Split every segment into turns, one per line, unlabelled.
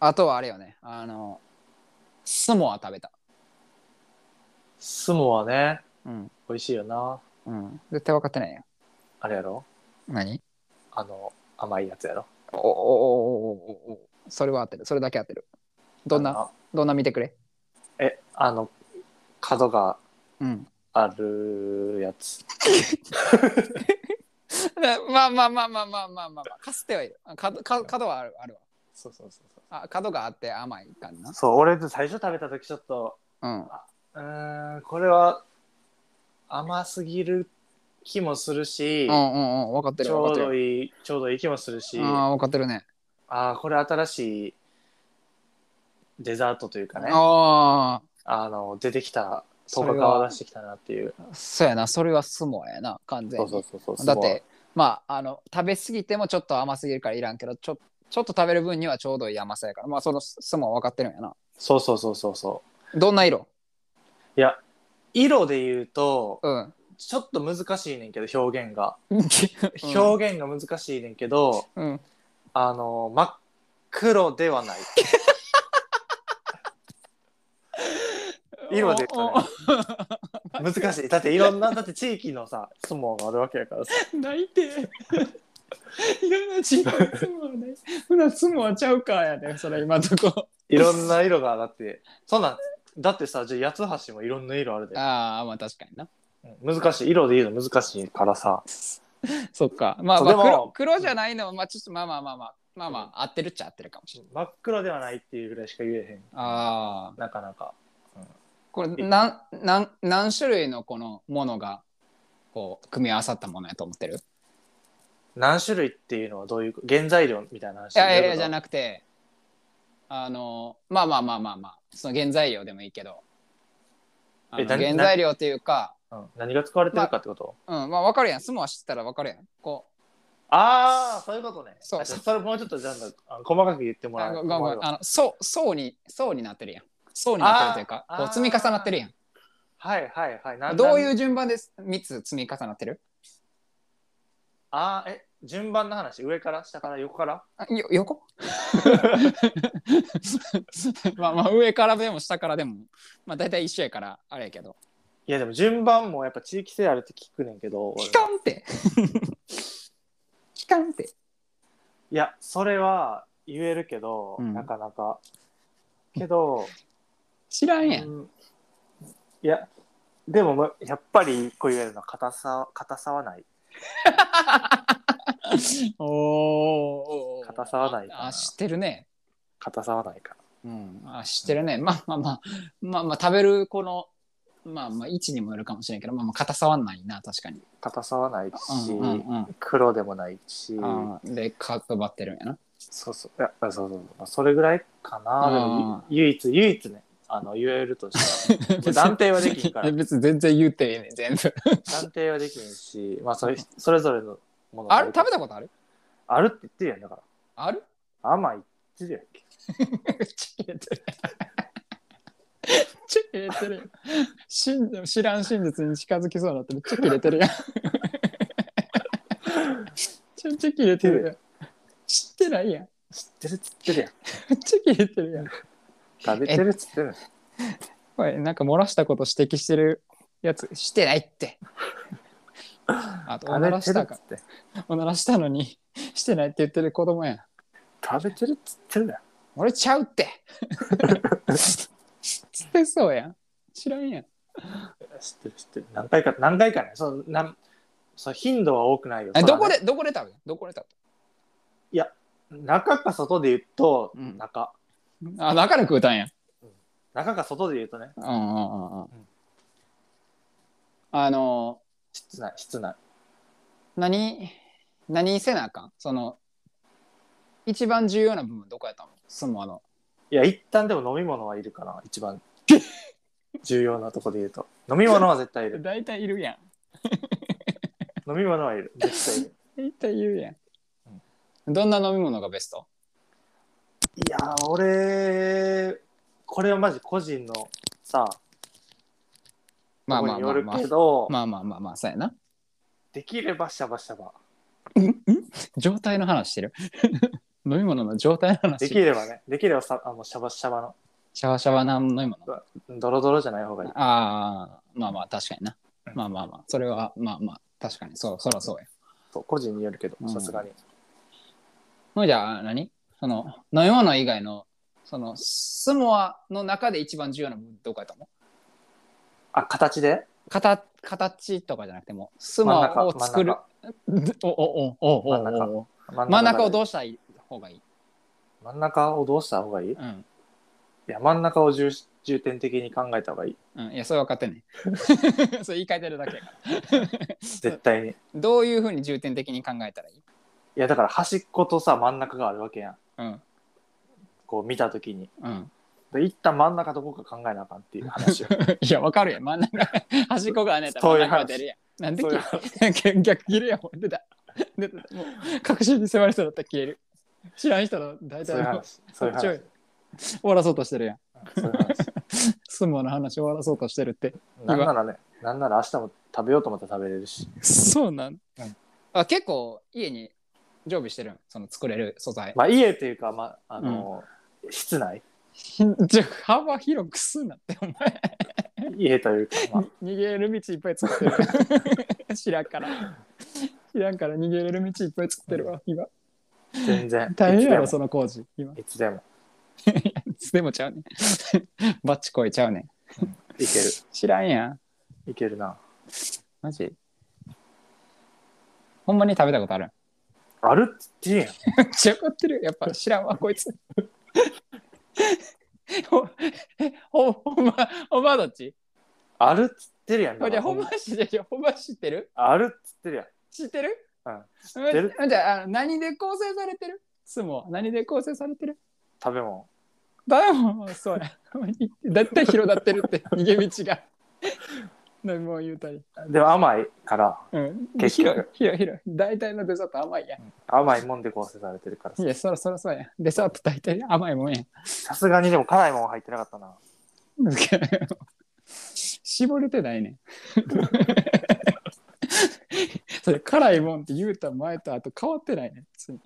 あとはあれよねあのスモア食べた
スモはね、
うん
美味しいよな。
うん絶対分かってないよ
あれやろ
何
あの、甘いやつやろ
おおおおおおおそれは合ってるそれだけ合ってるどん
あ
な
の
どんな見てくれ
え、あの、角が
うん
あるやつ。
まあまあまあまあまあまあまあかすってはいるあ角角角はあるあるわ
そうそうそうそ
あ角があって甘い感じな
う。そう、俺最初食べた時ちょっと、
うん
うーん、これは甘すぎる気もするし、
うんうんうん分かってる
ちょ
分か
う
って
ど
る
いい、ちょうどいい気もするし、あ
ああ分かってるね
あー、これ新しいデザートというかね、
ああ
あの、出てきた、
そ
10
れは
日顔出してきたなっていう。
そうやなそれはスモアやな完全
そう
に
そうそうそう。
だってまああの食べ過ぎてもちょっと甘すぎるからいらんけどちょちょっと食べる分にはちょうどいい甘さやからまあそのスモア分かってるんやな
そうそうそうそうそ
どんな色
う。いや、色で言うと、
うん
ちょっと難しいねんけど、 表現が。
表
表現が難しいねんけど、
うん
あの、真っ黒ではない。色で言うとね、難しい。だっていろんな、だって地域のさ、相撲があるわけやからさ。
泣いていろんな違うスモアねほなスモアちゃうかやねそれ今んとこ
いろんな色がだって、そんなん、だってさ、じゃあ八つ橋もいろんな色あるで。
ああまあ確かにな
うん難しい。色で言うの難しいからさ。
そっかまあ、
そう
まあ、
でも
黒黒じゃないのまあちょっとまあまあまあまあまあまあ合ってるっちゃ合ってるかもしれない
真っ黒ではないっていうぐらいしか言えへん。
ああ
なかなか。
これなんなん何種類のこのものがこう組み合わさったものやと思ってる
何種類っていうのはどういう、原材料みたいな話
いやいやいやじゃ
く
なくてあのまあまあまあまあまあその原材料でもいいけどあの
え何
原材料っていうか、
うん、何が使われてるかってこと、
うん、まあ分かるやん相撲知ってたら分かるやんこ
ああー、そういうことね。
そう
あじゃあそれもうちょっとじゃああの細かく言って
う
もら
あ
え
ごごご
困
め
る
ん
わ
あの層層に層になってるやん層になってるというか
あー
こう
あー
積み重なってるやん
はいはいはい。な
どうい
な
う順番です3つ積み重なってる
あーえ、順番の話、上から下から横から
あよ横 まあまあ上からでも下からでもまあ大体一緒やからあれやけど
いやでも順番もやっぱ地域性あるって聞くねんけど、俺
期間って期間って
いや、それは言えるけど、
うん
なかなか。けど、
知らんやん
うんいや、でもまやっぱり一個言えるのは硬さ、硬さはない。
おーおー
硬さはないかな
あ知ってるね
硬さはないから。
うんあ知ってるねまあまあまあまあまあ食べるこのまあまあ位置にもよるかもしれんけどまあまあ硬さはないな確かに
硬さはないし、
うんうんうん
黒でもないし、
あーで角張ってるんやな。
そうそう、いやそうそうそう、それぐらいかな、でも唯一、唯一ね、あの言えるとしたらで断定はできんか ら
別に全然言っていいねん全部
断定はできんし、まあそれそれぞれのものが
あれ食べたことある
あるって言ってるやんだか
ある
ら甘いって言ってるやんけ
めっちゃ切れてるめっちゃ切れてるやん真実知らん真実に近づきそうになってめっちゃ切れてるやんめちゃめちゃ切れてるやん知ってないやん
知ってるっつってるやん
めっちゃ切れてるやん
食べてるっつってるやん
これなんか漏らしたこと指摘してるやつしてないってあとおならし
食べてる
たか
っつって
おならしたのにしてないって言ってる子供やん
食べてるっつってるやん
俺ちゃうってつってそうやん知らんやん
知ってる知ってる何回か何回かねそのなんそう頻度は多くないよ
え
そら
どこ
ね
でどこで食べたどこで食
中か外で言うと、
うん
中
べたあ中で食うたんや
中か外で言うとね
うんうんうんうん
ん
あの
室内室内
何何せなあかんその一番重要な部分どこやったのそのあの
いや一旦でも飲み物はいるかな一番 重要なとこで言うと飲み物は絶対い る
大体いるやん
飲み物はいる絶対いる
大体言うやん、どんな飲み物がベスト
いやー俺これはマジ個人のさ
まあ
とこ
まあ
に
ま
よ
あ
る
まあ
け。ど、
まあまあまあまあ、そうやな。
できればシャバシャバ。
状態の話してる。 飲み物の状態の
でき
話。
ればね、できればさあもうシャバシャバの、
シャワシャワな飲み物。
ドロドロじゃない方がいい。
ああ、まあまあ、確かにな
うん。
まあまあまあ、それは、まあまあ、確かに、そう、そらそうや。
そう個人によるけど
う、ん
さすがに。
もうじゃあ何、その、飲み物以外の、その、スモアの中で一番重要な部分どこやと思う
あ、形で
形形とかじゃなくても、ス
真
モ
ん中、
アを作る。おおおおお
真ん中
おお
真
真ん中を
う
どうした方がいい
真ん中をどうした方がいいい
うん。
や、真ん中を重重点的に考えた方がいい。
うん、いや、それ分かってんね。それ言い換えてるだけやから。
絶対に。い
どういうふうに重点的に考えたらいい
や、だから端っことさ、真ん中があるわけやん。
うん。
こう見たときに。
うん。
で一旦真ん中どこか考えなあかんっていう話を。
いや、わかるやん。真ん中、端っこが穴やったら
そ
真
う
ん
いう話
中が出るやん。 なんで
そういう
切れ 逆切れやもん。出た。出た。もう、確信に迫る人だったら消える。知らん人だ大
そう
体もう
いう話。そういう話。
ち
そ
ょ
う
い終わらそうとしてるやん。
いう話。
相撲の話終わらそうとしてるって。
なんならね、なんなら明日も食べようと思ったら食べれるし。
そうなん、
うん
あ結構家に常備してるんその作れる素材。
まあ家っていうか、まあ、あの、室内
じゃ幅広くすんなってお前
家というか、まあ、
逃げる道いっぱい作って る知らんから知らんから逃げれる道いっぱい作ってるわ今
全然。
大変やろ
いつで
その工事今
も。いつでも。
いつでもちゃうねバッチこいちゃうね
いける。
知らんやん
いけるな。
マジほん まに食べたことある
あるって言えやん。
散らかってるやっぱ知らんわこいつ ほえほほんまほんまどっち
あるっつってるやん。
ほんじゃあほんま知ってるほんま知ってる
あるっつってるやん。
知ってる
うん
知って
る
じゃああの何で構成されてる相撲何で構成されてる
食べ物。
だもんそうやだって広がってる って逃げ道が何も言うたり、
でも甘いから、
うん、
結
広い
局
広い広い大体のデザート甘いや
甘いもんで構成されてるか
ん
ら
いやそろそろそうやデザート大体甘いもんやん
さすがにでも辛いもん入ってなかったな。
絞れてないねん それ辛いもんって言うた前とあと変わってないねん別に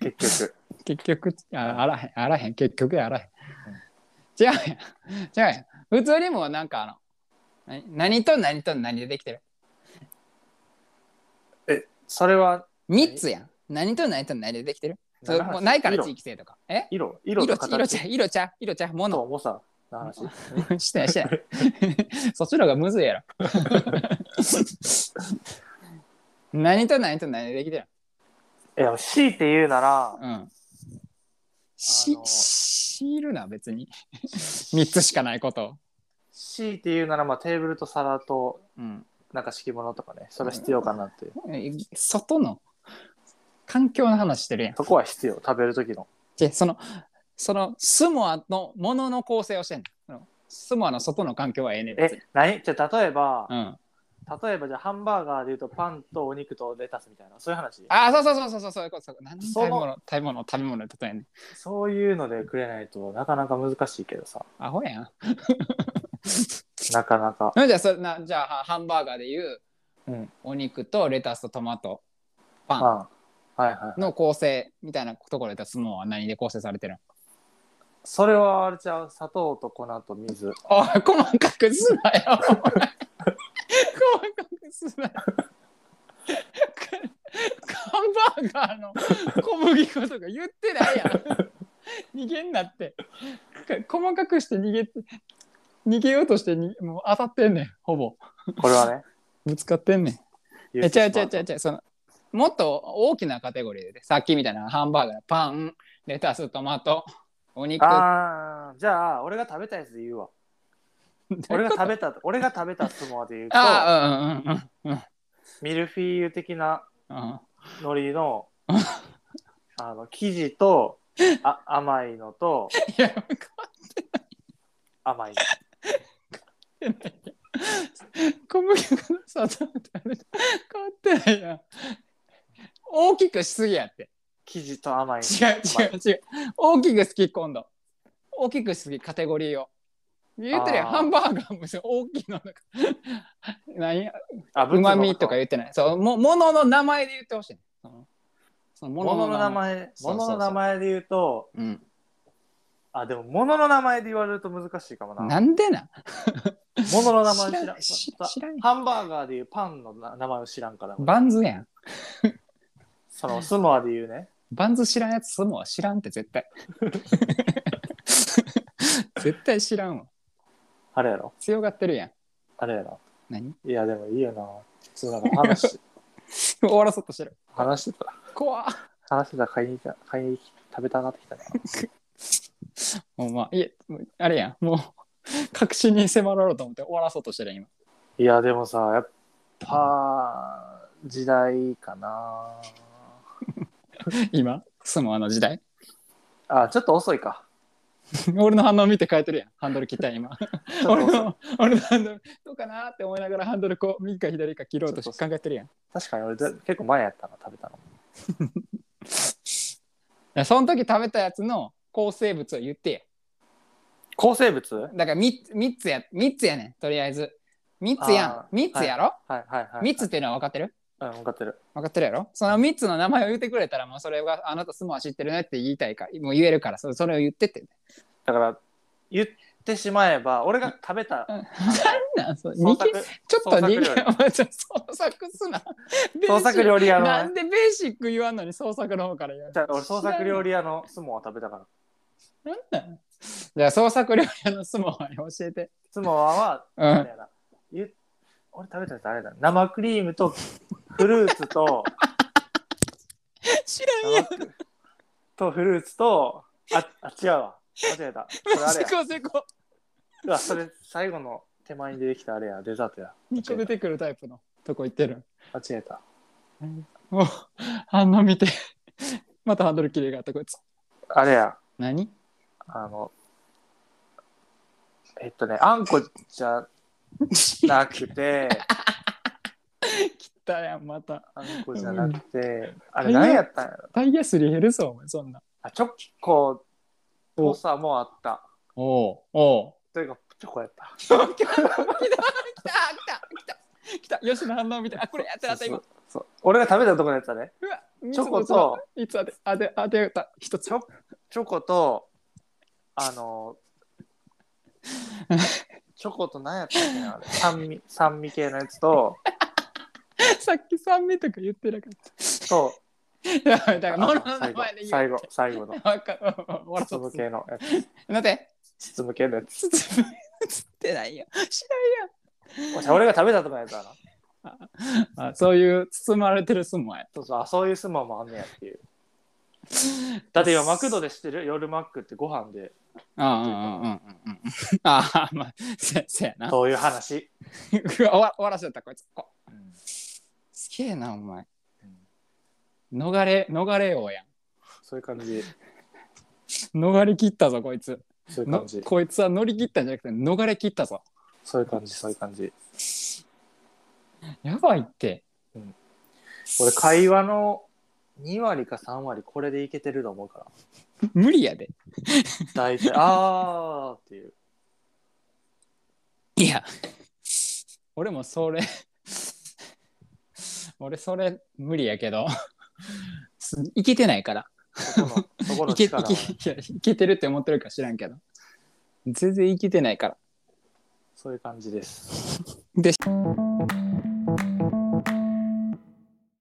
結局。
結局ああらへんあらへん結局あらへん違うやん違うやん普通にもうなんかあの何何と何と何でできてる
え、それは
3つやん何と何と何でできてるそう
何の話
もうないから
色
地域性とかえ
色色
色
と
ちゃ色ちゃ
形
色ちゃ色ちゃも
と
の
重さの話。
してないしてないそっちの方がむずい やろ 何と何と何でできてる
いや、強いて言うなら、
うんし
あの
知るな別に3つしかないことを
強いて言うなら、まあ、テーブルと皿と、
うん
なんか敷物とかね、それは必要かなっていう。
え外の環境の話してるやん。
そこは必要、食べる時の。
でそのそのスモアのものの構成をしてんのその。スモアの外の環境はええねん。別に
え、何じゃあ例えば
う、ん、あ
例えばじゃあハンバーガーで言うとパンとお肉とレタスみたいな、そういう話。
あそうそうそうそうそうそういうことそういうことなんで
そ
食べ
の
物食べ物を食べ物で例えんねん
そういうのでくれないとなかなか難しいけどさ、
アホやん。
なかなか。
なんじゃあそれなじゃあはハンバーガーでいう
うん。
お肉とレタスとトマトパ
ああはいは
ン
い。
の構成みたいなところで言ったらスモアは何で構成されてるの
それはあれちゃう、砂糖と粉と水。
おい細かくすなよお前細かくすなよハンバーガーの小麦粉とか言ってないやん逃げんなってか細かくして逃げて逃げようとしてにもう当たってんねんほぼ
これはね、
ぶつかってんねん
言
え
う
ち
て
ゃ
し
うち
ま
ゃうちゃ
うと
うちゃうそのもっと大きなカテゴリーでねさっきみたいなハンバーガーパンレタストマトお肉
あーじゃあ、俺が食べたやつで言う わ。俺が食べた、俺が食べた相撲で言うと、
あーうんうんうん
ミルフィーユ的な
うんうん
海苔の、 あの、生地と、あ甘いのと、
いや
甘い
小麦粉の砂糖ってあれ変わってないやん大きくしすぎやって
生地と甘い
違う違う違う大きく好き今度大きくしすぎカテゴリーを言ってるやん
あー
ハンバーガーもそう大きいのとか 何
あ
うまみとか
う
言ってないそうもものの名前で言ってほしいそのそのも
ものの名前
そう
も
そうそう
のの名前で言うと
うん、
あでもものの名前で言われると難しいかもなも
なんでな
のの名前知らん
知
さ
らん知らん
ハンバーガーで言うパンのな名前を知らんから俺
バンズやん
そのスモアで言うね
バンズ知らんやつすもは知らんって絶対 絶対知らんわ
あれやろ
強がってるやん
あれやろ
何
いやでもいいよな普通なんか話 し
終わらそうとしてる
話してた
怖っ
話してたら買いに行った買いに食べたなってきたな
もうまあいえもうあれやんもう確信に迫られうと思って終わらそうとしてる今
いやでもさやっぱ時代かな
今スモアの時代
あちょっと遅いか
俺の反応見て変えてるやんハンドル切った今
ちょっと
俺
遅い
の俺のハンドルどうかなって思いながらハンドルこう右か左か切ろうとし考えてるやんい
確かに俺だ結構前やったな食べたの
やその時食べたやつの構成物を言ってや
抗生物はい
だから 3, 三つや三つやねんとりあえず3つや
あ
ん3つやろ、
はいはい
三つっていうのは分かってる
うん分かってる
分かってるやろその3つの名前を言ってくれたらもうそれがあなた相撲は知ってるねって言いたいかもう言えるからそれそれを言ってって
だから言ってしまえば俺が食べた
うん
あ
なんそれ
の創
逃げ
作
ちょっと逃げ
創作料 理
お前ちょっと創作すな
創作料理屋
理
の
なんでベーシック言わんのに創作の方から言う
だから俺創作料理屋のスモア食べたから
じゃあ創作料理屋の相撲に教えて
スモアは
う
あ
ん
れやなゆ俺食べたやつあれだ生クリームとフルーツ と
知らんや
生クとフルーツとああ違うわ間違えたそれあれ
成
や
功成功
うわそれ最後の手前に出てきたあれやデザートや
2個出てくるタイプのとこ行ってる
間違えた
もう反応見てまたハンドル切れがあったこいつ
あれや
何
あのえっとねあんこじゃなく て
切ったやんまた
あんこじゃなくてあれ何やったんやろ
タイヤすり減るぞお前そんな
あチョコ
お
とさもうあった
おうおう
というかチョコやった
来た来た来た来た来た吉野反応見てあこれやってなった
そ
今
うそう俺が食べたとこのやつだね
うわ
チョコと
いつ当て当て当てた一つ
チョチョコとあの チョコと何やったっけなあれ酸味酸味系のやつと
さっき酸味とか言ってなかっ
と
ただから
あ
物の名前で言
最
う
後最後の
わか終わらそ
包
う
む
と
系のや
待って
つ包む系のやつ
つつつってないよ知
おしゃ俺が食べたとこのやつだな
らんあそういう包まれてる相撲や
そうそうあそういうスマもあんねやっていう だって今マクドで知ってる夜マックってご飯で
うんうんうんうんうんうんああまあせせやなうわ
そういう話、
終わ終わらせたこいつこすげえなお前逃れ逃れようやん
そういう感じ
逃れ切ったぞこいつ
そういう
の
感じ
こいつは乗り切ったんじゃなくて逃れ切ったぞ
そういう感じそういう感じ
やばいって
俺会話の2割か3割これでいけてると思うから
無理やで
大体あーっていう
いや俺もそれ俺それ無理やけどすいけてないから
そこのそこの
いけい
力は
け
ね
いやいけてるって思ってるか知らんけど全然いけてないから
そういう感じです
で